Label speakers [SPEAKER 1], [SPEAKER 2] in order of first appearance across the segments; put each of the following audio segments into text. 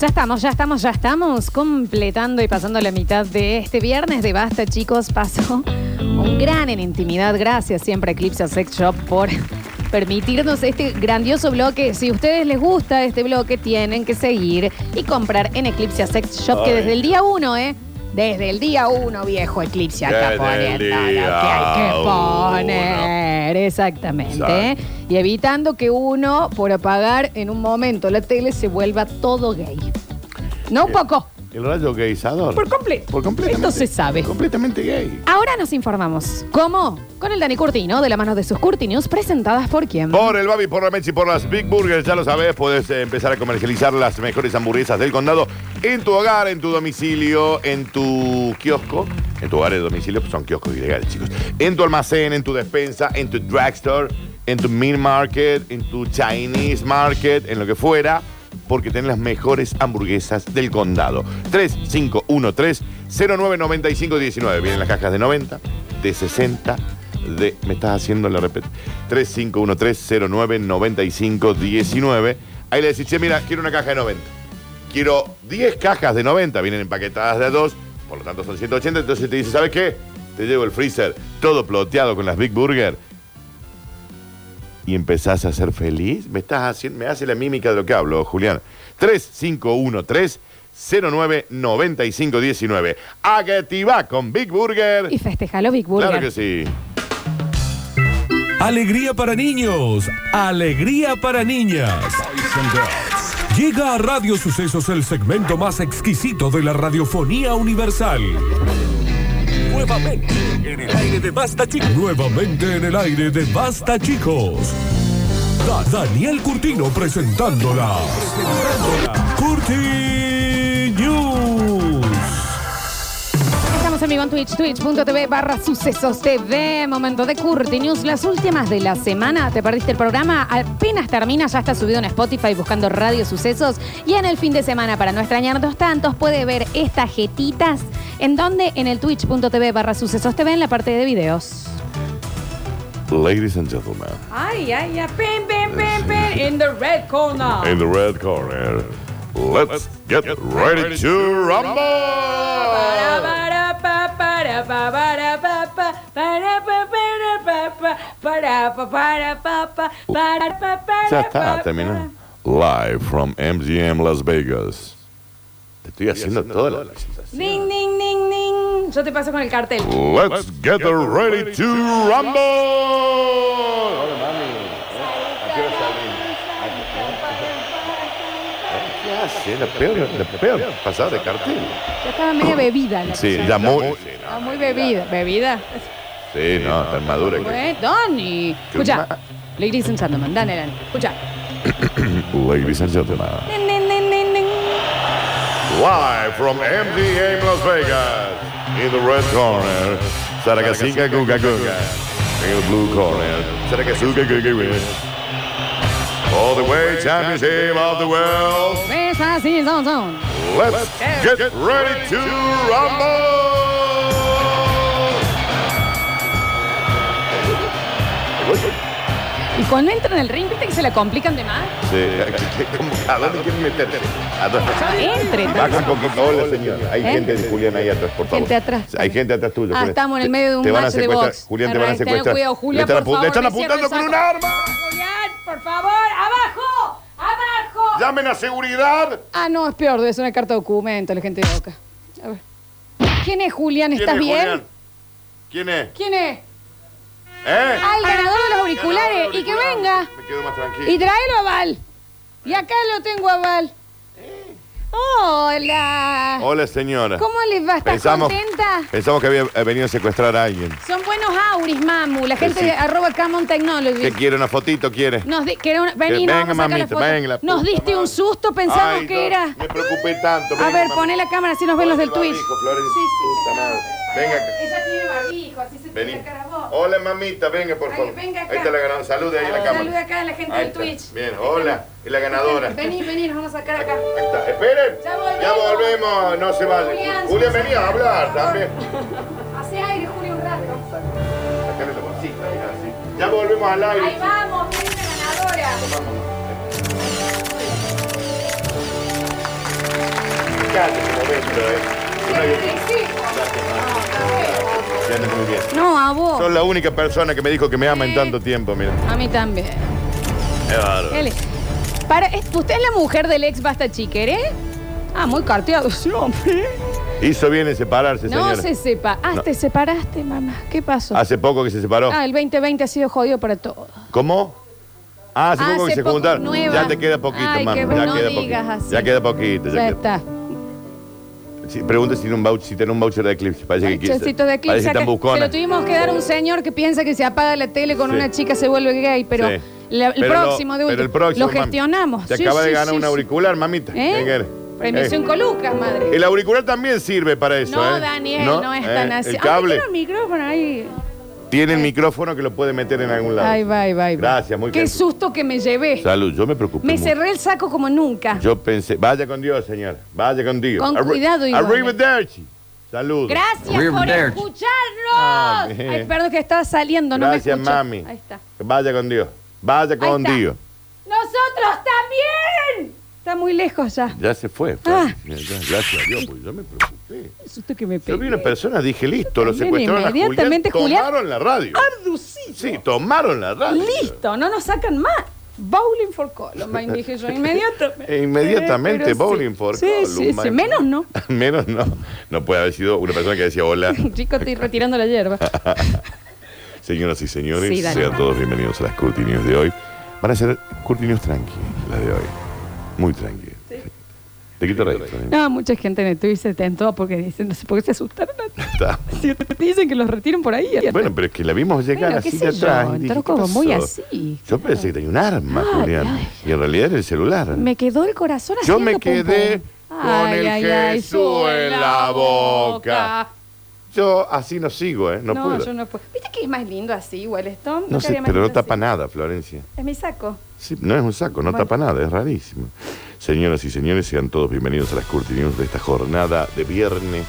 [SPEAKER 1] Ya estamos, ya estamos, ya estamos completando y pasando la mitad de este viernes de Basta, chicos. Pasó un gran en intimidad. Gracias siempre a Eclipse Sex Shop por permitirnos este grandioso bloque. Si a ustedes les gusta este bloque, tienen que seguir y comprar en Eclipse Sex Shop, que
[SPEAKER 2] Ay.
[SPEAKER 1] desde el día uno, ¿eh? Desde el día uno, viejo Eclipse acá
[SPEAKER 2] Desde
[SPEAKER 1] poniendo
[SPEAKER 2] el
[SPEAKER 1] lo que hay
[SPEAKER 2] día
[SPEAKER 1] que
[SPEAKER 2] uno.
[SPEAKER 1] poner. Exactamente. ¿eh?
[SPEAKER 2] Exacto.
[SPEAKER 1] Y evitando que uno, por apagar en un momento la tele, se vuelva todo gay. No un poco,
[SPEAKER 2] El rayo gayizador.
[SPEAKER 1] por completo.
[SPEAKER 2] Por completamente.
[SPEAKER 1] Esto se sabe.
[SPEAKER 2] Completamente gay.
[SPEAKER 1] Ahora nos informamos. ¿Cómo? Con el Dani Curtino, de la mano de sus Curti News, presentadas por quién.
[SPEAKER 2] Por el Babi, por la Mechi, por las Big Burgers, ya lo sabes, puedes eh, empezar a comercializar las mejores hamburguesas del condado en tu hogar, en tu domicilio, en tu kiosco. En tu hogar y domicilio pues son kioscos ilegales, chicos. En tu almacén, en tu despensa, en tu drugstore, en tu mini market, en tu Chinese market, en lo que fuera, porque tenés las mejores hamburguesas del condado. 3513-099519. Vienen las cajas de 90, de 60 de. Me estás haciendo la repet. 3513099519. Ahí le decís, che, mira, quiero una caja de 90. Quiero 10 cajas de 90. Vienen empaquetadas de a dos, por lo tanto son 180. Entonces te dice, ¿sabes qué? Te llevo el freezer todo ploteado con las Big Burger. Y empezás a ser feliz. Me estás haciendo, me hace la mímica de lo que hablo, Julián. 3513 099519. Agativac con Big Burger.
[SPEAKER 1] Y festejalo Big Burger.
[SPEAKER 2] Claro que sí.
[SPEAKER 3] Alegría para niños, alegría para niñas. Llega a Radio Sucesos el segmento más exquisito de la radiofonía universal. Nuevamente en el aire de Basta Chicos. Nuevamente en el aire de Basta Chicos. Da- Daniel Curtino presentándola. Curti News.
[SPEAKER 1] Estamos en vivo en Twitch, twitch.tv barra sucesos TV, momento de Curti News, las últimas de la semana. ¿Te perdiste el programa? Apenas termina, ya está subido en Spotify buscando Radio Sucesos. Y en el fin de semana, para no extrañarnos tantos, puede ver estas jetitas. ¿En donde En el twitch.tv barra sucesos TV en la parte de videos.
[SPEAKER 2] Ladies and gentlemen,
[SPEAKER 1] Ay, ay, ay, pim,
[SPEAKER 2] Eh,
[SPEAKER 1] pim, pim, pim, in the red corner.
[SPEAKER 2] in the red corner, let's get ready to rumble.
[SPEAKER 1] Para, para, para, pa, para, pa, pa, para, pa, para, pa, pa, para, pa, para, pa, pa, para, pa, para,
[SPEAKER 2] Uh. Ya
[SPEAKER 1] pa,
[SPEAKER 2] está, terminó. Live from MGM Las Vegas. Te estoy haciendo toda la...
[SPEAKER 1] pa. Ning, ning, ning, ning. Yo te paso con el cartel.
[SPEAKER 2] Uh. Let's get ready to rumble. Hola, mami. ¿A qué hora salí? ¿Qué hace? La peor, la peor pasada de cartel.
[SPEAKER 1] Ya estaba media bebida. la
[SPEAKER 2] Sí,
[SPEAKER 1] cosa.
[SPEAKER 2] ya muy...
[SPEAKER 1] Estaba muy bebida. ¿Bebida?
[SPEAKER 2] Sí, no, tan madura que...
[SPEAKER 1] Pues, Dani. Escucha.
[SPEAKER 2] ma-
[SPEAKER 1] Ladies and gentlemen, Dani, Dani. Escucha.
[SPEAKER 2] Ladies and gentlemen.
[SPEAKER 1] Ning, ning, ning, ning, ning.
[SPEAKER 2] Live from MDA Las Vegas. In the red corner, Saragasinga Guga Guga. In the blue corner, Saragasinga Guga Guga. All the way, championship of the world.
[SPEAKER 1] Es así, ah, son, son.
[SPEAKER 2] Let's get ready to rumble.
[SPEAKER 1] Y cuando entran al ring, viste que se la complican de más.
[SPEAKER 2] Sí, como a dónde quieren meterse. A dónde-
[SPEAKER 1] Entre.
[SPEAKER 2] Baja con Coca-Cola, señor. Hay
[SPEAKER 1] ¿Eh?
[SPEAKER 2] gente de Julián ahí atrás, por favor.
[SPEAKER 1] Gente atrás.
[SPEAKER 2] Hay gente atrás tuyo.
[SPEAKER 1] Ah,
[SPEAKER 2] Julián.
[SPEAKER 1] estamos en el
[SPEAKER 2] Te-
[SPEAKER 1] medio de un
[SPEAKER 2] te van a
[SPEAKER 1] match de
[SPEAKER 2] secuestrar.
[SPEAKER 1] box.
[SPEAKER 2] Julián, te
[SPEAKER 1] Ahora,
[SPEAKER 2] van a
[SPEAKER 1] tengan
[SPEAKER 2] secuestrar.
[SPEAKER 1] cuidado, Julián,
[SPEAKER 2] le están,
[SPEAKER 1] por
[SPEAKER 2] apu- le están
[SPEAKER 1] favor, le
[SPEAKER 2] apuntando con
[SPEAKER 1] cierra el
[SPEAKER 2] un arma.
[SPEAKER 1] Julián, por favor, abajo, abajo.
[SPEAKER 2] Llamen a seguridad.
[SPEAKER 1] Ah, no, es peor, es una carta de documento, la gente de Boca. A ver. ¿Quién es Julián?
[SPEAKER 2] ¿Quién
[SPEAKER 1] ¿Estás
[SPEAKER 2] es,
[SPEAKER 1] bien?
[SPEAKER 2] Julián? ¿Quién es?
[SPEAKER 1] ¿Quién es?
[SPEAKER 2] ¿Eh?
[SPEAKER 1] Ah, el ganador de los auriculares. Y que venga.
[SPEAKER 2] Me quedo más tranquilo.
[SPEAKER 1] Y tráelo a Val. Y acá lo tengo a Val. Hola.
[SPEAKER 2] Hola, señora.
[SPEAKER 1] ¿Cómo les va? ¿Estás
[SPEAKER 2] Pensamos,
[SPEAKER 1] contenta?
[SPEAKER 2] pensamos que había eh, venido a secuestrar a alguien.
[SPEAKER 1] Son buenos auris, mamu. La gente
[SPEAKER 2] Sí.
[SPEAKER 1] de arroba Camon Technology.
[SPEAKER 2] ¿Qué quiere? ¿Una fotito? ¿Quiere?
[SPEAKER 1] Nos di- que era una- vení,
[SPEAKER 2] Que
[SPEAKER 1] nos
[SPEAKER 2] venga,
[SPEAKER 1] vamos a sacar la
[SPEAKER 2] mamita,
[SPEAKER 1] foto.
[SPEAKER 2] venga, la
[SPEAKER 1] Nos
[SPEAKER 2] puta
[SPEAKER 1] diste
[SPEAKER 2] madre.
[SPEAKER 1] un susto, pensamos
[SPEAKER 2] Ay,
[SPEAKER 1] que
[SPEAKER 2] no,
[SPEAKER 1] era.
[SPEAKER 2] Me preocupé tanto.
[SPEAKER 1] A
[SPEAKER 2] venga,
[SPEAKER 1] ver,
[SPEAKER 2] mami.
[SPEAKER 1] poné la cámara, así nos ven los del
[SPEAKER 2] Ponle el
[SPEAKER 1] Twitch.
[SPEAKER 2] barbijo, Flores, puta madre. Venga.
[SPEAKER 1] Ella tiene barbijo, así se te ve
[SPEAKER 2] Vení.
[SPEAKER 1] la cara a vos.
[SPEAKER 2] Hola, mamita, venga, por
[SPEAKER 1] Ahí,
[SPEAKER 2] favor.
[SPEAKER 1] venga acá.
[SPEAKER 2] Ahí está la ganadora. Salude ahí a la cámara.
[SPEAKER 1] Saluda acá a la gente
[SPEAKER 2] Ahí
[SPEAKER 1] del
[SPEAKER 2] está.
[SPEAKER 1] Twitch.
[SPEAKER 2] Bien, hola. Es la ganadora.
[SPEAKER 1] Vení, vení, nos vamos a sacar
[SPEAKER 2] Ahí
[SPEAKER 1] acá.
[SPEAKER 2] está. Esperen.
[SPEAKER 1] Ya volvemos.
[SPEAKER 2] volvemos. No se vayan.
[SPEAKER 1] Julián,
[SPEAKER 2] Julián,
[SPEAKER 1] sí,
[SPEAKER 2] vení a hablar también.
[SPEAKER 1] Hacé aire, Julio, un rato.
[SPEAKER 2] Sácale la bolsita, ahí, así. Ya volvemos al
[SPEAKER 1] Ahí
[SPEAKER 2] aire.
[SPEAKER 1] vamos, viene la ganadora.
[SPEAKER 2] Vamos. Impresionante ese momento, ¿eh? Una bien-
[SPEAKER 1] Ah,
[SPEAKER 2] Impresionante, muy bien.
[SPEAKER 4] No, a
[SPEAKER 2] Sos
[SPEAKER 4] vos.
[SPEAKER 2] la única persona que me dijo que me ama en tanto tiempo, mira.
[SPEAKER 4] A mí también.
[SPEAKER 1] Eh.
[SPEAKER 4] Eli. Para, ¿es- ¿Usted es la mujer del ex Basta Chiquere? Ah, muy carteado. Sí, hombre.
[SPEAKER 2] Hizo bien en separarse,
[SPEAKER 4] No
[SPEAKER 2] señora.
[SPEAKER 4] se sepa. Ah,
[SPEAKER 2] No.
[SPEAKER 4] te separaste, mamá. ¿Qué pasó?
[SPEAKER 2] Hace poco que se separó.
[SPEAKER 4] Ah, el 2020 ha sido jodido para todos.
[SPEAKER 2] ¿Cómo? Ah, hace
[SPEAKER 4] Hace
[SPEAKER 2] poco que se
[SPEAKER 4] poco,
[SPEAKER 2] juntaron.
[SPEAKER 4] nueva.
[SPEAKER 2] Ya te queda poquito,
[SPEAKER 4] Ay,
[SPEAKER 2] mami.
[SPEAKER 4] que
[SPEAKER 2] ya,
[SPEAKER 4] no
[SPEAKER 2] queda
[SPEAKER 4] digas
[SPEAKER 2] poquito.
[SPEAKER 4] así.
[SPEAKER 2] ya queda poquito. Ya
[SPEAKER 4] Ya
[SPEAKER 2] queda
[SPEAKER 4] está.
[SPEAKER 2] Sí, pregunta si tiene un voucher, si tiene un voucher de Eclipse. Parece que quiere.
[SPEAKER 4] Chocito de
[SPEAKER 2] Parece
[SPEAKER 4] eclipse.
[SPEAKER 2] que están
[SPEAKER 4] acá. Se
[SPEAKER 2] buscones.
[SPEAKER 4] lo tuvimos que dar a un señor que piensa que si apaga la tele con
[SPEAKER 2] Sí.
[SPEAKER 4] una chica se vuelve gay, pero
[SPEAKER 2] Sí.
[SPEAKER 4] la- el
[SPEAKER 2] Pero lo-
[SPEAKER 4] próximo de
[SPEAKER 2] Pero
[SPEAKER 4] último
[SPEAKER 2] el próximo.
[SPEAKER 4] lo
[SPEAKER 2] mami.
[SPEAKER 4] gestionamos.
[SPEAKER 2] Te
[SPEAKER 4] Sí,
[SPEAKER 2] acaba de
[SPEAKER 4] sí,
[SPEAKER 2] ganar
[SPEAKER 4] sí,
[SPEAKER 2] un
[SPEAKER 4] sí.
[SPEAKER 2] auricular, mamita. ¿Qué
[SPEAKER 4] ¿Eh?
[SPEAKER 2] querés?
[SPEAKER 4] Premiación
[SPEAKER 2] Eh.
[SPEAKER 4] con Lucas, madre.
[SPEAKER 2] El auricular también sirve para eso.
[SPEAKER 4] no,
[SPEAKER 2] ¿eh?
[SPEAKER 4] Daniel, no, es tan
[SPEAKER 2] ¿Eh?
[SPEAKER 4] así.
[SPEAKER 2] El cable
[SPEAKER 4] Ah, me quiero el micrófono ahí.
[SPEAKER 2] tiene el micrófono que lo puede meter en algún lado.
[SPEAKER 4] Ay, bye, bye.
[SPEAKER 2] Gracias, muy
[SPEAKER 4] Qué
[SPEAKER 2] gentil.
[SPEAKER 4] susto que me llevé.
[SPEAKER 2] Salud, yo me preocupé.
[SPEAKER 4] Me
[SPEAKER 2] mucho.
[SPEAKER 4] cerré el saco como nunca.
[SPEAKER 2] Yo pensé, vaya con Dios, señor. Vaya con Dios.
[SPEAKER 4] Con
[SPEAKER 2] Arri-
[SPEAKER 4] cuidado, igual.
[SPEAKER 2] Arrivederci. Salud.
[SPEAKER 4] Gracias por
[SPEAKER 5] Arrivederci.
[SPEAKER 4] escucharnos.
[SPEAKER 2] Ah, bien.
[SPEAKER 4] Ay, perdón, que estaba saliendo, no
[SPEAKER 2] Gracias,
[SPEAKER 4] me escuchó.
[SPEAKER 2] mami.
[SPEAKER 4] Ahí está.
[SPEAKER 2] Vaya con Dios. Vaya con
[SPEAKER 4] está.
[SPEAKER 2] Dios.
[SPEAKER 4] ¡Nosotros también! Está muy lejos ya.
[SPEAKER 2] Ya se fue.
[SPEAKER 4] Ah.
[SPEAKER 2] Ya, Gracias a Dios, porque yo me preocupé.
[SPEAKER 4] Qué susto que me
[SPEAKER 2] Yo vi una
[SPEAKER 4] pegué.
[SPEAKER 2] persona, dije, listo, lo
[SPEAKER 4] También
[SPEAKER 2] secuestraron a
[SPEAKER 4] inmediatamente, Julián.
[SPEAKER 2] Tomaron la radio.
[SPEAKER 4] Arducido.
[SPEAKER 2] Sí, tomaron la radio.
[SPEAKER 4] Listo, no nos sacan más. Bowling for Columbine, dije yo, inmediatamente.
[SPEAKER 2] E Inmediatamente,
[SPEAKER 4] Eh, pero
[SPEAKER 2] bowling for
[SPEAKER 4] sí, Sí,
[SPEAKER 2] Columbine.
[SPEAKER 4] sí, menos no.
[SPEAKER 2] Menos no. No puede haber sido una persona que decía hola.
[SPEAKER 4] Chico, estoy retirando la hierba.
[SPEAKER 2] Señoras y señores,
[SPEAKER 4] Sí, Dani.
[SPEAKER 2] sean todos bienvenidos a las Curti News de hoy. Van a ser Curti News tranqui, las de hoy. Muy tranqui. Te quito el registro, ¿eh?
[SPEAKER 4] No, mucha gente en el Twitter se tentó porque dicen, no sé por qué se asustaron.
[SPEAKER 2] Está.
[SPEAKER 4] Si te dicen que los retiren por ahí.
[SPEAKER 2] Bueno, pero es que la vimos llegar
[SPEAKER 4] Bueno, qué
[SPEAKER 2] así
[SPEAKER 4] sé
[SPEAKER 2] de atrás.
[SPEAKER 4] yo,
[SPEAKER 2] y dije,
[SPEAKER 4] entró
[SPEAKER 2] ¿qué
[SPEAKER 4] como muy
[SPEAKER 2] pasó?
[SPEAKER 4] así,
[SPEAKER 2] Yo pensé que tenía un arma,
[SPEAKER 4] Ay,
[SPEAKER 2] Julián.
[SPEAKER 4] ay.
[SPEAKER 2] Y en realidad era el celular.
[SPEAKER 4] me quedó el corazón así.
[SPEAKER 2] Yo me quedé con el Jesús en la boca. Yo así no sigo, ¿eh? No,
[SPEAKER 4] No,
[SPEAKER 2] puedo.
[SPEAKER 4] yo no puedo. ¿Viste que es más lindo así igual esto?
[SPEAKER 2] No
[SPEAKER 4] Nunca
[SPEAKER 2] sé,
[SPEAKER 4] había más
[SPEAKER 2] pero no
[SPEAKER 4] lindo
[SPEAKER 2] tapa
[SPEAKER 4] así.
[SPEAKER 2] nada, Florencia.
[SPEAKER 4] Es mi saco.
[SPEAKER 2] Sí, no es un saco, no
[SPEAKER 4] Bueno.
[SPEAKER 2] tapa nada, es rarísimo. Señoras y señores, sean todos bienvenidos a las Curti News de esta jornada de viernes.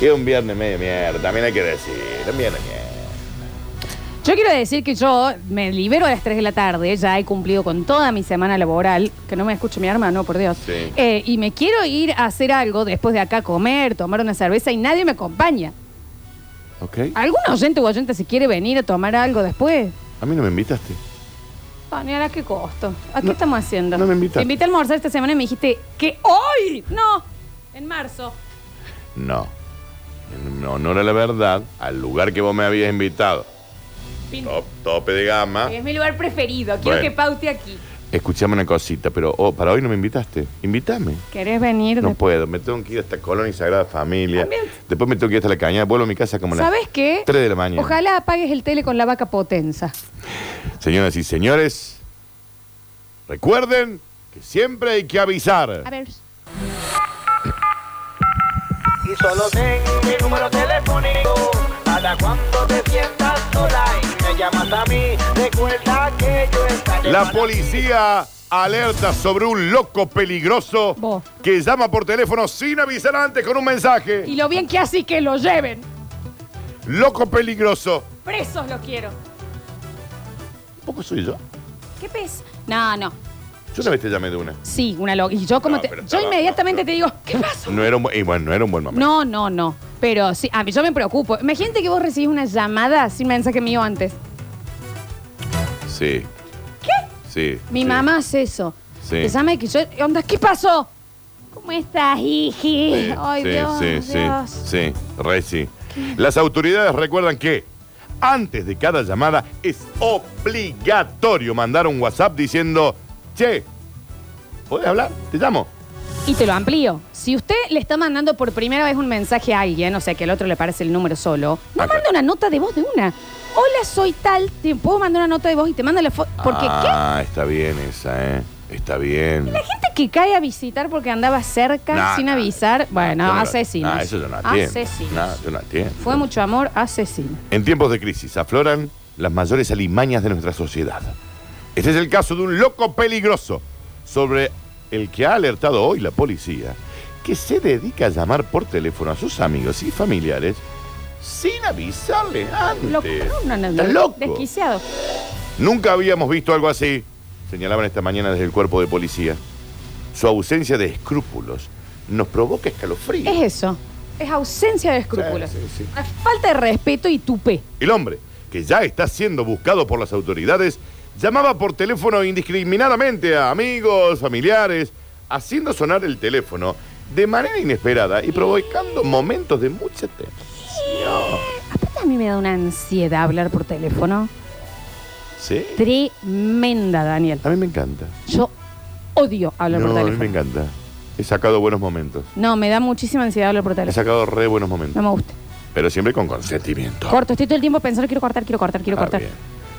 [SPEAKER 2] Es un viernes medio mierda, también hay que decir, un viernes mierda.
[SPEAKER 4] Yo quiero decir que yo me libero a las 3 de la tarde, ya he cumplido con toda mi semana laboral, que no me escuche mi hermano, por Dios.
[SPEAKER 2] Sí.
[SPEAKER 4] Eh, y me quiero ir a hacer algo después de acá, comer, tomar una cerveza y nadie me acompaña.
[SPEAKER 2] ¿Ok?
[SPEAKER 4] ¿Algún oyente o oyente se quiere venir a tomar algo después?
[SPEAKER 2] A mí no me invitaste.
[SPEAKER 4] Daniela, qué costo. ¿A qué
[SPEAKER 2] No,
[SPEAKER 4] estamos haciendo?
[SPEAKER 2] no me invitaste.
[SPEAKER 4] Te invité a almorzar esta semana y me dijiste que hoy. No, en marzo.
[SPEAKER 2] No. En honor a la verdad, al lugar que vos me habías invitado,
[SPEAKER 4] Fin.
[SPEAKER 2] top, tope de gama.
[SPEAKER 4] Es mi lugar preferido. Quiero
[SPEAKER 2] Bueno.
[SPEAKER 4] que paute aquí.
[SPEAKER 2] Escuchame una cosita, pero oh, para hoy no me invitaste. Invítame.
[SPEAKER 4] ¿Querés venir?
[SPEAKER 2] No
[SPEAKER 4] después?
[SPEAKER 2] puedo, me tengo que ir hasta Colón y Sagrada Familia.
[SPEAKER 4] También.
[SPEAKER 2] Después me tengo que ir hasta la cañada, vuelvo a mi casa como a las
[SPEAKER 4] ¿Sabes qué?
[SPEAKER 2] 3 de la mañana.
[SPEAKER 4] Ojalá apagues el tele con la vaca potenza.
[SPEAKER 2] Señoras y señores, recuerden que siempre hay que
[SPEAKER 4] A
[SPEAKER 2] avisar.
[SPEAKER 4] ver.
[SPEAKER 6] y solo ten mi número telefónico para cuando te sientas sola y me llamas a mí recuerda que yo estaré
[SPEAKER 2] La
[SPEAKER 6] para ti.
[SPEAKER 2] policía alerta sobre un loco peligroso
[SPEAKER 4] Vos.
[SPEAKER 2] que llama por teléfono sin avisar antes con un mensaje.
[SPEAKER 4] Y lo bien que así que lo lleven.
[SPEAKER 2] Loco peligroso.
[SPEAKER 4] Presos lo quiero.
[SPEAKER 2] ¿Poco soy yo?
[SPEAKER 4] ¿Qué pes? No, no.
[SPEAKER 2] Yo una vez te llamé de una.
[SPEAKER 4] Sí, una loca. Y yo como
[SPEAKER 2] No,
[SPEAKER 4] te-
[SPEAKER 2] pero
[SPEAKER 4] Yo
[SPEAKER 2] estaba-
[SPEAKER 4] inmediatamente
[SPEAKER 2] no,
[SPEAKER 4] te digo, ¿qué pasó?
[SPEAKER 2] No era un, bu- y bueno, no era un buen momento.
[SPEAKER 4] No, no, no. Pero sí, a mí yo me preocupo. Imagínate que vos recibís una llamada sin mensaje mío antes.
[SPEAKER 2] Sí. ¿Qué? Sí.
[SPEAKER 4] Mi
[SPEAKER 2] sí.
[SPEAKER 4] mamá hace eso.
[SPEAKER 2] Sí.
[SPEAKER 4] Te llama y que yo. Onda, ¿qué pasó? ¿Cómo estás, hiji?
[SPEAKER 2] Sí,
[SPEAKER 4] Ay,
[SPEAKER 2] sí,
[SPEAKER 4] Dios,
[SPEAKER 2] sí,
[SPEAKER 4] Dios.
[SPEAKER 2] sí, sí, re sí. Las autoridades recuerdan que antes de cada llamada es obligatorio mandar un WhatsApp diciendo, che, ¿podés hablar? Te llamo.
[SPEAKER 4] Y te lo amplío. Si usted le está mandando por primera vez un mensaje a alguien, o sea que el otro le parece el número solo, no
[SPEAKER 2] Ah,
[SPEAKER 4] manda
[SPEAKER 2] claro.
[SPEAKER 4] una nota de voz de una. Hola, soy tal, te puedo mandar una nota de voz y te manda la foto. Porque ¿qué?
[SPEAKER 2] Ah, está bien esa, ¿eh? Está bien.
[SPEAKER 4] La gente que cae a visitar porque andaba cerca
[SPEAKER 2] No,
[SPEAKER 4] sin
[SPEAKER 2] no,
[SPEAKER 4] avisar, bueno,
[SPEAKER 2] Yo no-
[SPEAKER 4] asesinos.
[SPEAKER 2] No, eso yo no entiendo.
[SPEAKER 4] asesinos.
[SPEAKER 2] No, yo no entiendo.
[SPEAKER 4] Fue mucho amor, asesino.
[SPEAKER 2] En tiempos de crisis afloran las mayores alimañas de nuestra sociedad. Este es el caso de un loco peligroso sobre el que ha alertado hoy la policía, que se dedica a llamar por teléfono a sus amigos y familiares sin avisarles antes.
[SPEAKER 4] Loco, no, no, no,
[SPEAKER 2] Está loco.
[SPEAKER 4] Desquiciado.
[SPEAKER 2] Nunca habíamos visto algo así, señalaban esta mañana desde el cuerpo de policía. Su ausencia de escrúpulos nos provoca escalofrío.
[SPEAKER 4] Es eso. Es ausencia de escrúpulos.
[SPEAKER 2] Sí, sí, sí.
[SPEAKER 4] Una falta de respeto y tupé.
[SPEAKER 2] El hombre, que ya está siendo buscado por las autoridades, llamaba por teléfono indiscriminadamente a amigos, familiares, haciendo sonar el teléfono de manera inesperada y provocando momentos de mucha tensión.
[SPEAKER 4] Aparte a mí me da una ansiedad hablar por teléfono.
[SPEAKER 2] ¿Sí?
[SPEAKER 4] Tremenda, Daniel.
[SPEAKER 2] A mí me encanta.
[SPEAKER 4] Yo odio hablar por
[SPEAKER 2] No, a mí me
[SPEAKER 4] teléfono.
[SPEAKER 2] encanta. He sacado buenos momentos.
[SPEAKER 4] no, me da muchísima ansiedad hablar por
[SPEAKER 2] He
[SPEAKER 4] teléfono.
[SPEAKER 2] sacado re buenos
[SPEAKER 4] No
[SPEAKER 2] momentos.
[SPEAKER 4] me gusta.
[SPEAKER 2] Pero siempre con consentimiento.
[SPEAKER 4] Corto, estoy todo el tiempo pensando, quiero cortar, quiero cortar, quiero
[SPEAKER 2] Ah,
[SPEAKER 4] cortar.
[SPEAKER 2] bien.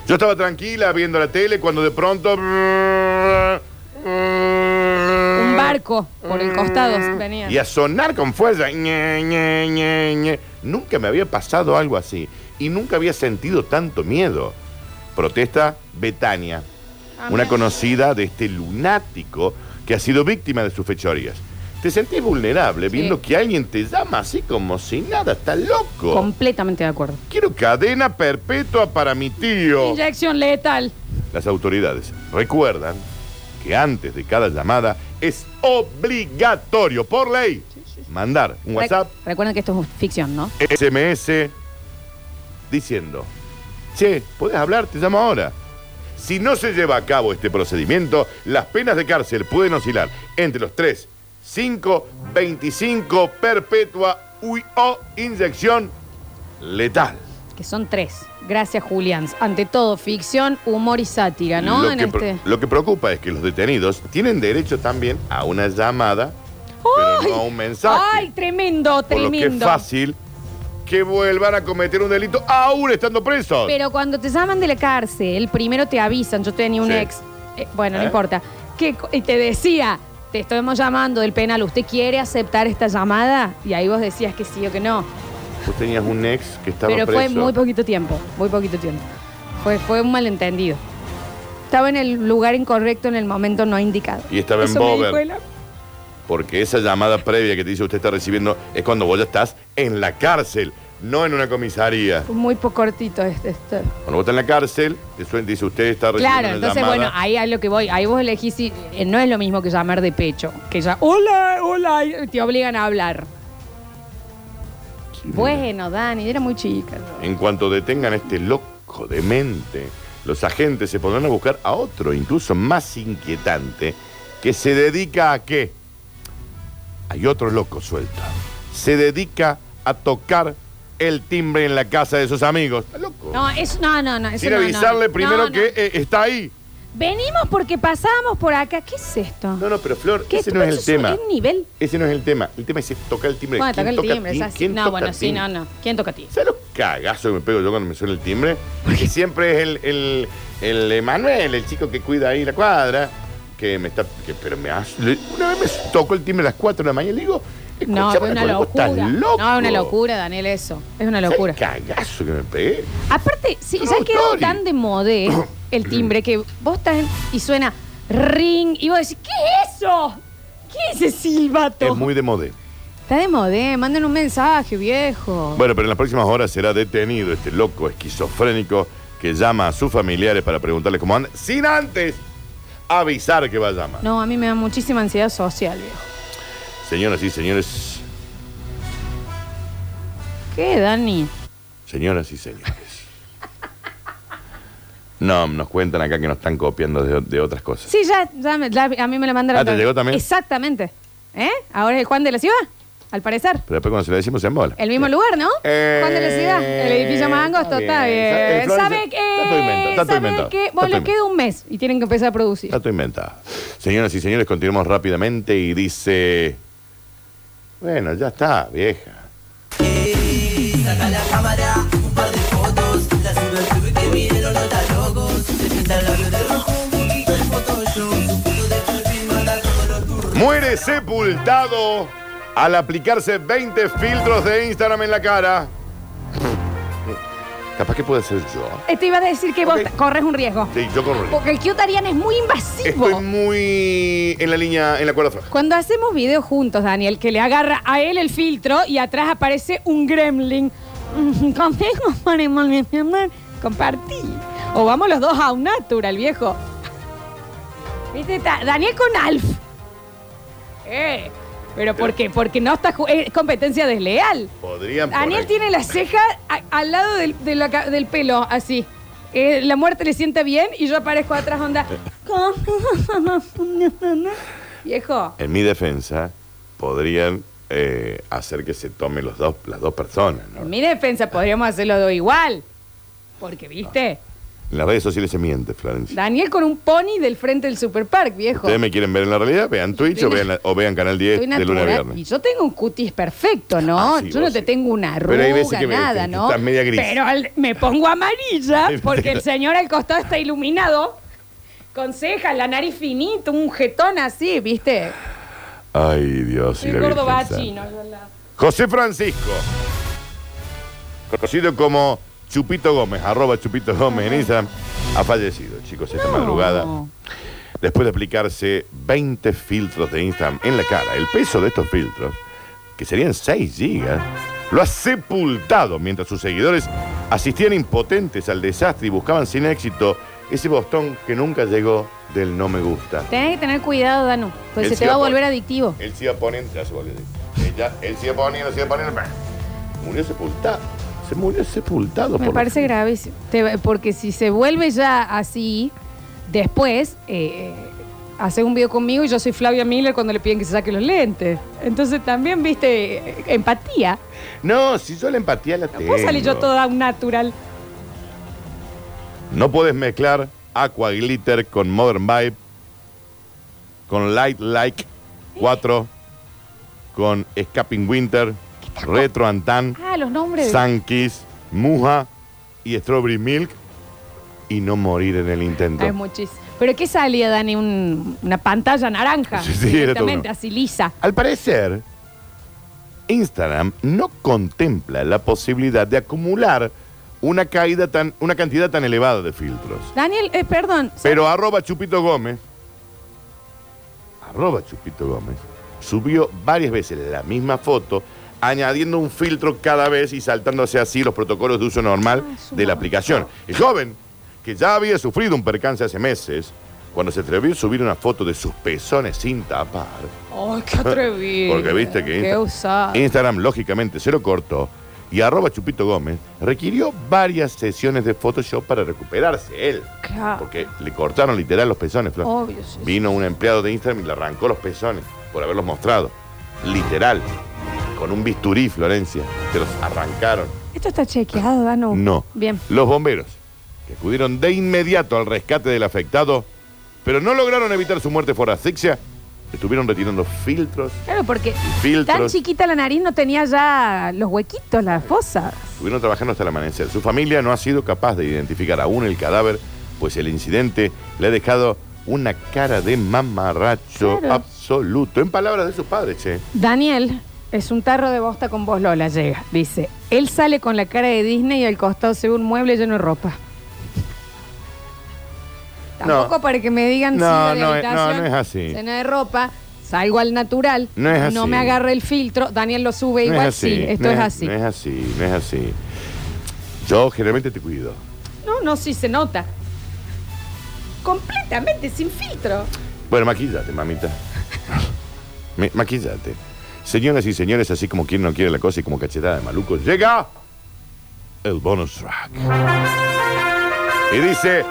[SPEAKER 2] Yo estaba tranquila viendo la tele cuando de pronto. Un
[SPEAKER 4] Un barco por el costado venía.
[SPEAKER 2] Mm. Y a sonar con fuerza. Ñe, Ñe, Ñe, Ñe. Nunca me había pasado algo así. Y nunca había sentido tanto miedo. Protesta Betania, una conocida de este lunático que ha sido víctima de sus fechorías. Te sentís vulnerable viendo que alguien te llama así como si nada, está loco.
[SPEAKER 4] Completamente de acuerdo.
[SPEAKER 2] Quiero cadena perpetua para mi tío.
[SPEAKER 4] Inyección letal.
[SPEAKER 2] Las autoridades recuerdan que antes de cada llamada es obligatorio, por ley, mandar un WhatsApp,
[SPEAKER 4] Re- recuerden que esto es ficción, ¿no?
[SPEAKER 2] SMS, diciendo, che, ¿podés hablar? Te llamo ahora. Si no se lleva a cabo este procedimiento, las penas de cárcel pueden oscilar entre los 3, 5, 25, perpetua uy, o inyección letal.
[SPEAKER 4] Que son tres. Gracias, Julián. Ante todo, ficción, humor y sátira, ¿no?
[SPEAKER 2] Lo,
[SPEAKER 4] en
[SPEAKER 2] que, pre-
[SPEAKER 4] este.
[SPEAKER 2] lo que preocupa es que los detenidos tienen derecho también a una llamada, pero no a un mensaje.
[SPEAKER 4] ¡Ay, tremendo,
[SPEAKER 2] por lo que es
[SPEAKER 4] tremendo!
[SPEAKER 2] fácil que vuelvan a cometer un delito aún estando presos.
[SPEAKER 4] Pero cuando te llaman de la cárcel, primero te avisan, yo tenía un
[SPEAKER 2] Sí.
[SPEAKER 4] ex, eh, bueno, no
[SPEAKER 2] ¿Eh?
[SPEAKER 4] importa, que, co- y te decía, te estamos llamando del penal, ¿usted quiere aceptar esta llamada? Y ahí vos decías que sí o que no.
[SPEAKER 2] Vos tenías un ex que estaba
[SPEAKER 4] Pero
[SPEAKER 2] preso.
[SPEAKER 4] fue muy poquito tiempo, muy poquito tiempo. Fue, fue un malentendido. Estaba en el lugar incorrecto en el momento no indicado.
[SPEAKER 2] Y estaba en
[SPEAKER 4] Eso me dijo
[SPEAKER 2] Bober.
[SPEAKER 4] él.
[SPEAKER 2] Porque esa llamada previa que te dice usted está recibiendo es cuando vos ya estás en la cárcel, no en una comisaría.
[SPEAKER 4] Fue Muy po- cortito este. este.
[SPEAKER 2] Cuando vos estás en la cárcel, te suena- dice usted está recibiendo
[SPEAKER 4] Claro,
[SPEAKER 2] una
[SPEAKER 4] entonces,
[SPEAKER 2] llamada.
[SPEAKER 4] bueno, ahí es lo que voy. Ahí vos elegís si eh, no es lo mismo que llamar de pecho. Que ya, hola, hola, y te obligan a hablar.
[SPEAKER 2] Sí, mira.
[SPEAKER 4] Bueno, Dani, era muy chica.
[SPEAKER 2] En cuanto detengan a este loco de mente, los agentes se pondrán a buscar a otro, incluso más inquietante, que se dedica a qué? Hay otro loco suelto. Se dedica a tocar el timbre en la casa de sus amigos. Está loco.
[SPEAKER 4] No, eso, no, no, no. Eso
[SPEAKER 2] Sin
[SPEAKER 4] no, no.
[SPEAKER 2] avisarle primero
[SPEAKER 4] No, no.
[SPEAKER 2] que eh, está ahí.
[SPEAKER 4] Venimos porque pasamos por acá. ¿Qué es esto?
[SPEAKER 2] No, no, pero Flor,
[SPEAKER 4] ¿Qué
[SPEAKER 2] ese no es el
[SPEAKER 4] eso un-
[SPEAKER 2] tema.
[SPEAKER 4] un nivel?
[SPEAKER 2] Ese no es el tema. El tema es eh, tocar el timbre.
[SPEAKER 4] Bueno,
[SPEAKER 2] ¿Quién
[SPEAKER 4] toca el
[SPEAKER 2] toca
[SPEAKER 4] timbre.
[SPEAKER 2] tim-
[SPEAKER 4] es así.
[SPEAKER 2] quién
[SPEAKER 4] No,
[SPEAKER 2] toca
[SPEAKER 4] bueno, sí,
[SPEAKER 2] timbre?
[SPEAKER 4] no, no. ¿Quién toca a ti?
[SPEAKER 2] ¿Sabes los cagazos que me pego yo cuando me suena el timbre? Porque siempre es el, el, el Emanuel, el chico que cuida ahí la cuadra, que me está. que- pero me hace. le- Una vez me tocó el timbre a las 4 de la mañana y le digo,
[SPEAKER 4] No, es
[SPEAKER 2] escuchame,
[SPEAKER 4] una
[SPEAKER 2] Nicole, vos
[SPEAKER 4] locura.
[SPEAKER 2] estás loco.
[SPEAKER 4] No, es una locura, Daniel, eso. Es una
[SPEAKER 2] ¿Sabes
[SPEAKER 4] locura.
[SPEAKER 2] El cagazo que me pegué.
[SPEAKER 4] Aparte, sí,
[SPEAKER 2] True
[SPEAKER 4] ya quedó
[SPEAKER 2] story.
[SPEAKER 4] tan de modé el timbre que vos estás en- y suena ring y vos decís, ¿qué es eso? ¿Qué es ese silbato?
[SPEAKER 2] Es muy de modé.
[SPEAKER 4] Está de modé, manden un mensaje, viejo.
[SPEAKER 2] Bueno, pero en las próximas horas será detenido este loco esquizofrénico que llama a sus familiares para preguntarles cómo anda, sin antes avisar que va a llamar.
[SPEAKER 4] No, a mí me da muchísima ansiedad social, viejo.
[SPEAKER 2] Señoras y señores,
[SPEAKER 4] ¿Qué, Dani?
[SPEAKER 2] Señoras y señores. No, nos cuentan acá que nos están copiando de, de otras cosas.
[SPEAKER 4] Sí, ya, ya me- ya a mí me la mandaron.
[SPEAKER 2] Ah, ¿te
[SPEAKER 4] también.
[SPEAKER 2] llegó también?
[SPEAKER 4] Exactamente. ¿Eh? Ahora es el Juan de la Ciudad, al parecer.
[SPEAKER 2] Pero después cuando se lo decimos se embola.
[SPEAKER 4] El mismo lugar, ¿no?
[SPEAKER 2] Eh,
[SPEAKER 4] Juan de la Ciudad, el edificio más angosto, está
[SPEAKER 2] está bien.
[SPEAKER 4] bien.
[SPEAKER 2] Eh, Florencia,
[SPEAKER 4] ¿Sabe
[SPEAKER 2] tanto inventa,
[SPEAKER 4] qué?
[SPEAKER 2] tanto
[SPEAKER 4] ¿Sabe
[SPEAKER 2] inventa,
[SPEAKER 4] qué?
[SPEAKER 2] tanto
[SPEAKER 4] Bueno, le
[SPEAKER 2] inventa.
[SPEAKER 4] queda un mes y tienen que empezar a producir.
[SPEAKER 2] Está todo inventado. Señoras y señores, continuamos rápidamente y dice... Bueno, ya está, vieja. Muere sepultado al aplicarse 20 filtros de Instagram en la cara. Capaz que puede ser yo.
[SPEAKER 4] Esto iba a decir que
[SPEAKER 2] Ok.
[SPEAKER 4] vos corres un riesgo.
[SPEAKER 2] Sí, yo corro.
[SPEAKER 4] Porque el cute Ariane es muy invasivo.
[SPEAKER 2] Estoy muy en la línea, en la cuerda floja.
[SPEAKER 4] Cuando hacemos videos juntos, Daniel, que le agarra a él el filtro y atrás aparece un gremlin. Mm, Conmigo, ponemos mi amor, compartí. O vamos los dos a un natural, viejo. ¿Viste? Ta- Daniel con Alf. Eh, ¿Pero por qué? Porque no está ju- es competencia desleal.
[SPEAKER 2] Podrían por
[SPEAKER 4] Daniel
[SPEAKER 2] ahí.
[SPEAKER 4] tiene la ceja a- al lado del, de la ca- del pelo, así. Eh, la muerte le sienta bien y yo aparezco atrás, onda. Viejo,
[SPEAKER 2] En mi defensa, podrían eh, hacer que se tomen los dos, las dos personas. ¿no?
[SPEAKER 4] en mi defensa podríamos hacerlo dos igual. Porque, viste,
[SPEAKER 2] En las redes sociales se miente, Florencia.
[SPEAKER 4] Daniel con un pony del frente del superpark, viejo.
[SPEAKER 2] Ustedes me quieren ver en la realidad, vean Twitch o
[SPEAKER 4] Estoy
[SPEAKER 2] vean, la- o vean Canal 10
[SPEAKER 4] Soy
[SPEAKER 2] de lunes a
[SPEAKER 4] natural. Y
[SPEAKER 2] viernes.
[SPEAKER 4] yo tengo un cutis perfecto, ¿no?
[SPEAKER 2] Ah, sí,
[SPEAKER 4] yo no
[SPEAKER 2] vos
[SPEAKER 4] te
[SPEAKER 2] sí.
[SPEAKER 4] tengo una
[SPEAKER 2] Pero
[SPEAKER 4] arruga,
[SPEAKER 2] hay veces que me-
[SPEAKER 4] nada,
[SPEAKER 2] que
[SPEAKER 4] ¿no?
[SPEAKER 2] estás media gris.
[SPEAKER 4] Pero al- me pongo amarilla porque el señor al costado está iluminado. Con cejas, la nariz finita, un jetón así, ¿viste?
[SPEAKER 2] Ay, Dios. y
[SPEAKER 4] Soy
[SPEAKER 2] la
[SPEAKER 4] gordo
[SPEAKER 2] Virgen Santa.
[SPEAKER 4] bachino. yo la-
[SPEAKER 2] José Francisco, conocido como Chupito Gómez, arroba Chupito Gómez en Instagram, ha fallecido, chicos, esta madrugada.
[SPEAKER 4] No.
[SPEAKER 2] Después de aplicarse 20 filtros de Instagram en la cara, el peso de estos filtros, que serían 6 gigas, lo ha sepultado mientras sus seguidores asistían impotentes al desastre y buscaban sin éxito ese bostón que nunca llegó del no me gusta.
[SPEAKER 4] Tenés que tener cuidado, Danu, pues
[SPEAKER 2] Él
[SPEAKER 4] se
[SPEAKER 2] se
[SPEAKER 4] te va a
[SPEAKER 2] va a
[SPEAKER 4] volver
[SPEAKER 2] poner.
[SPEAKER 4] adictivo.
[SPEAKER 2] Él se iba poniendo, ya se volvió adicto. Él, ya- él se iba poniendo, se iba poniendo. bah. Murió sepultado. Se murió sepultado.
[SPEAKER 4] Me
[SPEAKER 2] por-
[SPEAKER 4] parece gravísimo. Te- porque si se vuelve ya así, después eh, eh, hace un video conmigo y yo soy Flavia Miller cuando le piden que se saque los lentes. Entonces también, viste, eh, empatía.
[SPEAKER 2] No, si yo la empatía la
[SPEAKER 4] No
[SPEAKER 2] tengo.
[SPEAKER 4] puedo salir yo toda un natural.
[SPEAKER 2] No puedes mezclar Aqua Glitter con Modern Vibe, con Light Like 4, con Escaping Winter, Retro Antan,
[SPEAKER 4] Ah, los nombres.
[SPEAKER 2] Sun Kiss, Muja y Strawberry Milk y no morir en el intento.
[SPEAKER 4] Ah, es muchísimo. Pero ¿qué salía, Dani? Un- una pantalla naranja.
[SPEAKER 2] Sí, sí, era todo
[SPEAKER 4] directamente,
[SPEAKER 2] uno.
[SPEAKER 4] así lisa.
[SPEAKER 2] Al parecer, Instagram no contempla la posibilidad de acumular una, caída tan, una cantidad tan elevada de filtros.
[SPEAKER 4] Daniel, eh, perdón.
[SPEAKER 2] Pero arroba Chupito Gómez, arroba Chupito Gómez, subió varias veces la misma foto, añadiendo un filtro cada vez y saltándose así los protocolos de uso normal
[SPEAKER 4] Ah, es un
[SPEAKER 2] de la
[SPEAKER 4] montón.
[SPEAKER 2] aplicación. El joven, que ya había sufrido un percance hace meses, cuando se atrevió a subir una foto de sus pezones sin tapar,
[SPEAKER 4] ¡Ay, qué atrevido!
[SPEAKER 2] porque viste Eh, que
[SPEAKER 4] Qué
[SPEAKER 2] Insta-
[SPEAKER 4] usado.
[SPEAKER 2] Instagram, lógicamente, se lo cortó. Y arroba Chupito Gómez requirió varias sesiones de Photoshop para recuperarse él.
[SPEAKER 4] Claro.
[SPEAKER 2] Porque le cortaron literal los pezones, Flor.
[SPEAKER 4] Obvio, sí,
[SPEAKER 2] Vino un empleado de Instagram y le arrancó los pezones por haberlos mostrado. Literal. Con un bisturí, Florencia. Se los arrancaron.
[SPEAKER 4] Esto está chequeado, Danu.
[SPEAKER 2] No.
[SPEAKER 4] Oh, Bien.
[SPEAKER 2] Los bomberos, que acudieron de inmediato al rescate del afectado, pero no lograron evitar su muerte por asfixia, estuvieron retirando filtros
[SPEAKER 4] Claro, porque
[SPEAKER 2] filtros.
[SPEAKER 4] tan chiquita la nariz no tenía ya los huequitos, las fosas.
[SPEAKER 2] Estuvieron trabajando hasta el amanecer. Su familia no ha sido capaz de identificar aún el cadáver, pues el incidente le ha dejado una cara de mamarracho
[SPEAKER 4] Claro.
[SPEAKER 2] absoluto. En palabras de sus padres, che.
[SPEAKER 4] Daniel es un tarro de bosta con vos, Lola, llega. Dice, él sale con la cara de Disney y al costado se ve un mueble lleno de ropa.
[SPEAKER 2] No.
[SPEAKER 4] Tampoco para que me digan
[SPEAKER 2] No,
[SPEAKER 4] "Sí, de
[SPEAKER 2] no,
[SPEAKER 4] habitación,
[SPEAKER 2] no, no es así.
[SPEAKER 4] Llena de ropa, salgo al natural,
[SPEAKER 2] No es así.
[SPEAKER 4] me agarre el filtro, Daniel lo sube
[SPEAKER 2] No
[SPEAKER 4] igual, sí, esto
[SPEAKER 2] no
[SPEAKER 4] es, así.
[SPEAKER 2] No
[SPEAKER 4] No,
[SPEAKER 2] es así, no es así. Yo generalmente te cuido.
[SPEAKER 4] no, sí se nota. Completamente sin filtro.
[SPEAKER 2] Bueno, maquillate, mamita. Me- maquillate. Señoras y señores, así como quien no quiere la cosa y como cachetada de maluco, llega el bonus track. Y dice,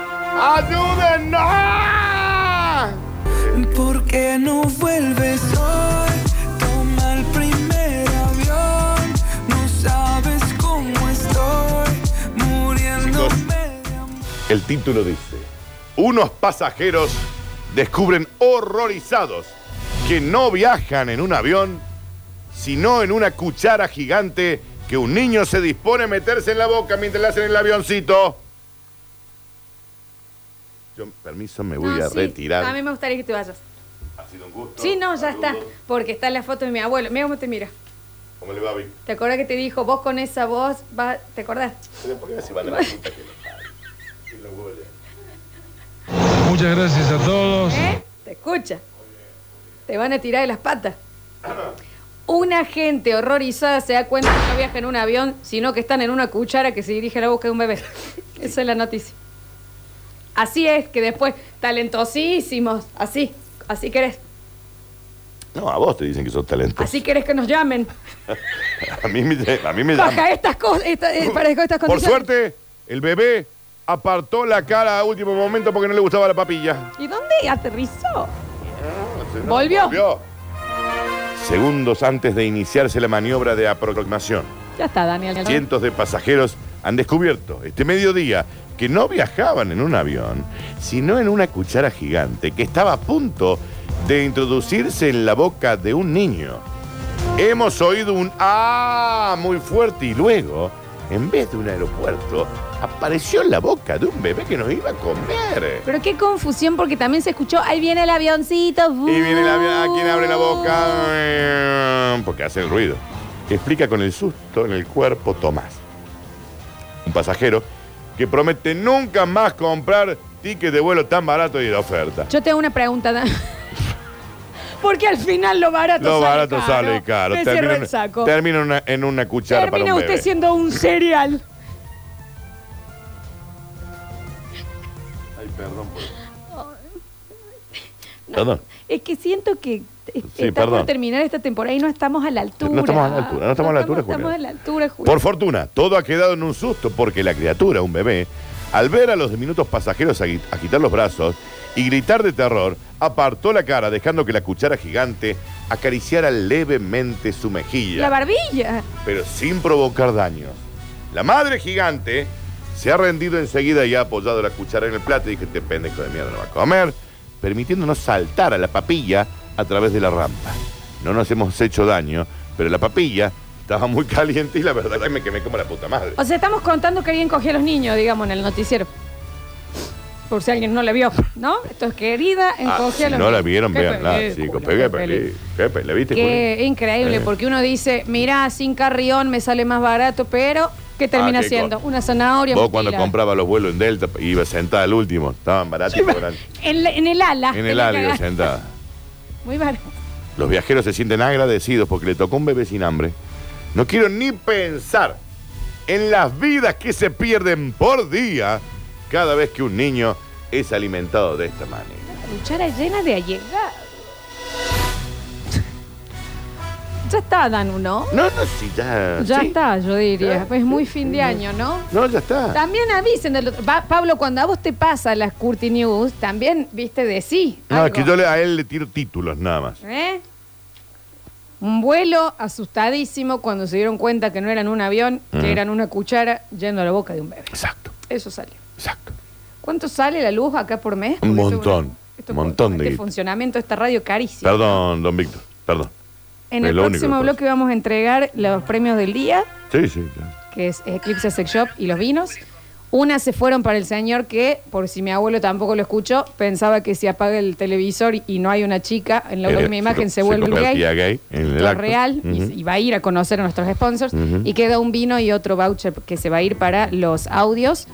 [SPEAKER 2] ¡ayúdennos!
[SPEAKER 5] ¿Por qué no vuelves hoy? Toma el primer avión. No sabes cómo estoy. Muriéndome de amor.
[SPEAKER 2] El título dice, unos pasajeros descubren horrorizados que no viajan en un avión, sino en una cuchara gigante que un niño se dispone a meterse en la boca mientras le hacen el avioncito. Yo, permiso, me voy
[SPEAKER 4] No,
[SPEAKER 2] a
[SPEAKER 4] sí,
[SPEAKER 2] retirar.
[SPEAKER 4] A mí me gustaría que te vayas.
[SPEAKER 2] Ha sido un gusto.
[SPEAKER 4] Sí, no, ya está.
[SPEAKER 2] Saludos.
[SPEAKER 4] Porque está la foto de mi abuelo. Mira cómo te mira.
[SPEAKER 2] ¿Cómo le va, Vic?
[SPEAKER 4] ¿Te acuerdas que te dijo, vos con esa voz, va- ¿te acordás?
[SPEAKER 2] ¿Por qué se van a la puta que lo parió? Que lo huele.
[SPEAKER 7] Muchas gracias a todos.
[SPEAKER 4] ¿Eh? Te escucha. Te van a tirar de las patas. Una gente horrorizada se da cuenta que no viaja en un avión, sino que están en una cuchara que se dirige a la boca de un bebé. Esa es la noticia. Así es que después, talentosísimos, así, así querés.
[SPEAKER 2] No, a vos te dicen que sos talento.
[SPEAKER 4] Así querés que nos llamen.
[SPEAKER 2] A mí me, a mí me llaman.
[SPEAKER 4] Baja estas cosas, para estas
[SPEAKER 2] Por
[SPEAKER 4] condiciones.
[SPEAKER 2] suerte, el bebé apartó la cara a último momento porque no le gustaba la papilla.
[SPEAKER 4] ¿Y dónde aterrizó? ¿Volvió?
[SPEAKER 2] Volvió. Segundos antes de iniciarse la maniobra de aproximación,
[SPEAKER 4] Ya está, Daniel.
[SPEAKER 2] cientos de pasajeros han descubierto este mediodía que no viajaban en un avión, sino en una cuchara gigante que estaba a punto de introducirse en la boca de un niño. Hemos oído un ah muy fuerte y luego, en vez de un aeropuerto, apareció en la boca de un bebé que nos iba a comer.
[SPEAKER 4] Pero qué confusión porque también se escuchó, ahí viene el avioncito.
[SPEAKER 2] Y viene el avión, ¿a quien abre la boca? Porque hace el ruido. Explica con el susto en el cuerpo Tomás. Un pasajero que promete nunca más comprar tickets de vuelo tan barato y de oferta.
[SPEAKER 4] Yo tengo una pregunta. Dan- Porque al final lo barato
[SPEAKER 2] Lo
[SPEAKER 4] sale
[SPEAKER 2] barato
[SPEAKER 4] caro.
[SPEAKER 2] sale caro.
[SPEAKER 4] Me cierro
[SPEAKER 2] Termina,
[SPEAKER 4] el saco.
[SPEAKER 2] en- termina en una- en una cuchara para
[SPEAKER 4] Termina
[SPEAKER 2] un
[SPEAKER 4] usted
[SPEAKER 2] bebé.
[SPEAKER 4] siendo un cereal.
[SPEAKER 2] Ay, perdón. Perdón.
[SPEAKER 4] Es que siento que eh,
[SPEAKER 2] Sí,
[SPEAKER 4] está
[SPEAKER 2] perdón.
[SPEAKER 4] por terminar esta temporada y no estamos a la altura.
[SPEAKER 2] No estamos a la altura, no estamos a la altura,
[SPEAKER 4] estamos
[SPEAKER 2] Julia.
[SPEAKER 4] a la altura, Julia.
[SPEAKER 2] Por fortuna, todo ha quedado en un susto porque la criatura, un bebé, al ver a los diminutos pasajeros agui- agitar los brazos y gritar de terror, apartó la cara dejando que la cuchara gigante acariciara levemente su
[SPEAKER 4] La
[SPEAKER 2] mejilla,
[SPEAKER 4] barbilla.
[SPEAKER 2] pero sin provocar daños. La madre gigante se ha rendido enseguida y ha apoyado la cuchara en el plato y dije, este pendejo de mierda no va a comer, permitiéndonos saltar a la papilla a través de la rampa. No nos hemos hecho daño, pero la papilla estaba muy caliente y la verdad que me quemé como la puta madre.
[SPEAKER 4] O sea, estamos contando que alguien cogió a los niños, digamos, en el noticiero. Por si alguien no la vio, ¿no? Esto es querida,
[SPEAKER 2] Ah,
[SPEAKER 4] encogió
[SPEAKER 2] si
[SPEAKER 4] a los
[SPEAKER 2] no la vieron,
[SPEAKER 4] Qué
[SPEAKER 2] veanla,
[SPEAKER 4] película,
[SPEAKER 2] chicos.
[SPEAKER 4] qué
[SPEAKER 2] Pepe,
[SPEAKER 4] película.
[SPEAKER 2] Pepe, ¿la viste?
[SPEAKER 4] Qué
[SPEAKER 2] Juli?
[SPEAKER 4] increíble,
[SPEAKER 2] Eh.
[SPEAKER 4] porque uno dice, mirá, sin carrión me sale más barato, pero ¿qué termina
[SPEAKER 2] Ah, qué
[SPEAKER 4] siendo?
[SPEAKER 2] cosa.
[SPEAKER 4] Una zanahoria.
[SPEAKER 2] Vos
[SPEAKER 4] un
[SPEAKER 2] cuando
[SPEAKER 4] pilar.
[SPEAKER 2] comprabas los vuelos en Delta, ibas sentada al último, estaban baratos. eran-
[SPEAKER 4] En, la- en el ala.
[SPEAKER 2] en
[SPEAKER 4] te
[SPEAKER 2] el
[SPEAKER 4] la
[SPEAKER 2] ala ibas
[SPEAKER 4] cagás.
[SPEAKER 2] sentada.
[SPEAKER 4] Muy barato.
[SPEAKER 2] Los viajeros se sienten agradecidos porque le tocó un bebé sin hambre. No quiero ni pensar en las vidas que se pierden por día cada vez que un niño es alimentado de esta manera.
[SPEAKER 4] La cuchara llena de allegado. Ya está, Danu, ¿no?
[SPEAKER 2] No, no, sí, ya.
[SPEAKER 4] Ya
[SPEAKER 2] sí.
[SPEAKER 4] está, yo diría.
[SPEAKER 2] Ya.
[SPEAKER 4] Es muy fin de año, ¿no?
[SPEAKER 2] No, ya está.
[SPEAKER 4] También avisen del otro- Va, Pablo, cuando a vos te pasa las Curti News, también, viste, de sí.
[SPEAKER 2] No, es
[SPEAKER 4] algo.
[SPEAKER 2] que yo le- a él le tiro títulos nada más.
[SPEAKER 4] ¿Eh? Un vuelo asustadísimo cuando se dieron cuenta que no eran un avión,
[SPEAKER 2] Mm.
[SPEAKER 4] que eran una cuchara yendo a la boca de un bebé.
[SPEAKER 2] Exacto,
[SPEAKER 4] Eso sale.
[SPEAKER 2] exacto.
[SPEAKER 4] ¿Cuánto sale la luz acá por mes?
[SPEAKER 2] Un
[SPEAKER 4] Porque esto-
[SPEAKER 2] montón,
[SPEAKER 4] esto-
[SPEAKER 2] un montón de
[SPEAKER 4] este
[SPEAKER 2] guita.
[SPEAKER 4] funcionamiento de esta radio carísimo.
[SPEAKER 2] Perdón, don Víctor, perdón.
[SPEAKER 4] En
[SPEAKER 2] es
[SPEAKER 4] el
[SPEAKER 2] lo único
[SPEAKER 4] próximo
[SPEAKER 2] que
[SPEAKER 4] bloque vamos a entregar los premios del día,
[SPEAKER 2] Sí, sí. ya.
[SPEAKER 4] que es Eclipse Sex Shop y los vinos. Unas se fueron para el señor que, por si mi abuelo tampoco lo escuchó, pensaba que si apaga el televisor y no hay una chica en la
[SPEAKER 2] Eh,
[SPEAKER 4] última imagen
[SPEAKER 2] se
[SPEAKER 4] se, vuelve gay.
[SPEAKER 2] convertía gay en el
[SPEAKER 4] Lo
[SPEAKER 2] acto.
[SPEAKER 4] real y-
[SPEAKER 2] Ujú.
[SPEAKER 4] y, va a ir a conocer a nuestros sponsors. Y queda un vino y otro voucher que se va a ir para los audios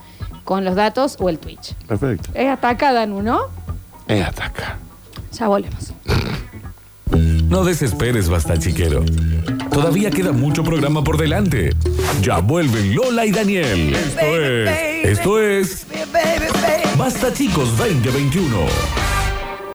[SPEAKER 4] con los datos o el Twitch.
[SPEAKER 2] Perfecto.
[SPEAKER 4] Es hasta acá, Danu, ¿no?
[SPEAKER 2] Es hasta acá.
[SPEAKER 4] Ya volvemos.
[SPEAKER 3] No desesperes, basta chiquero. Todavía queda mucho programa por delante. Ya vuelven Lola y Daniel. Esto es. Esto es. Basta chicos 2021.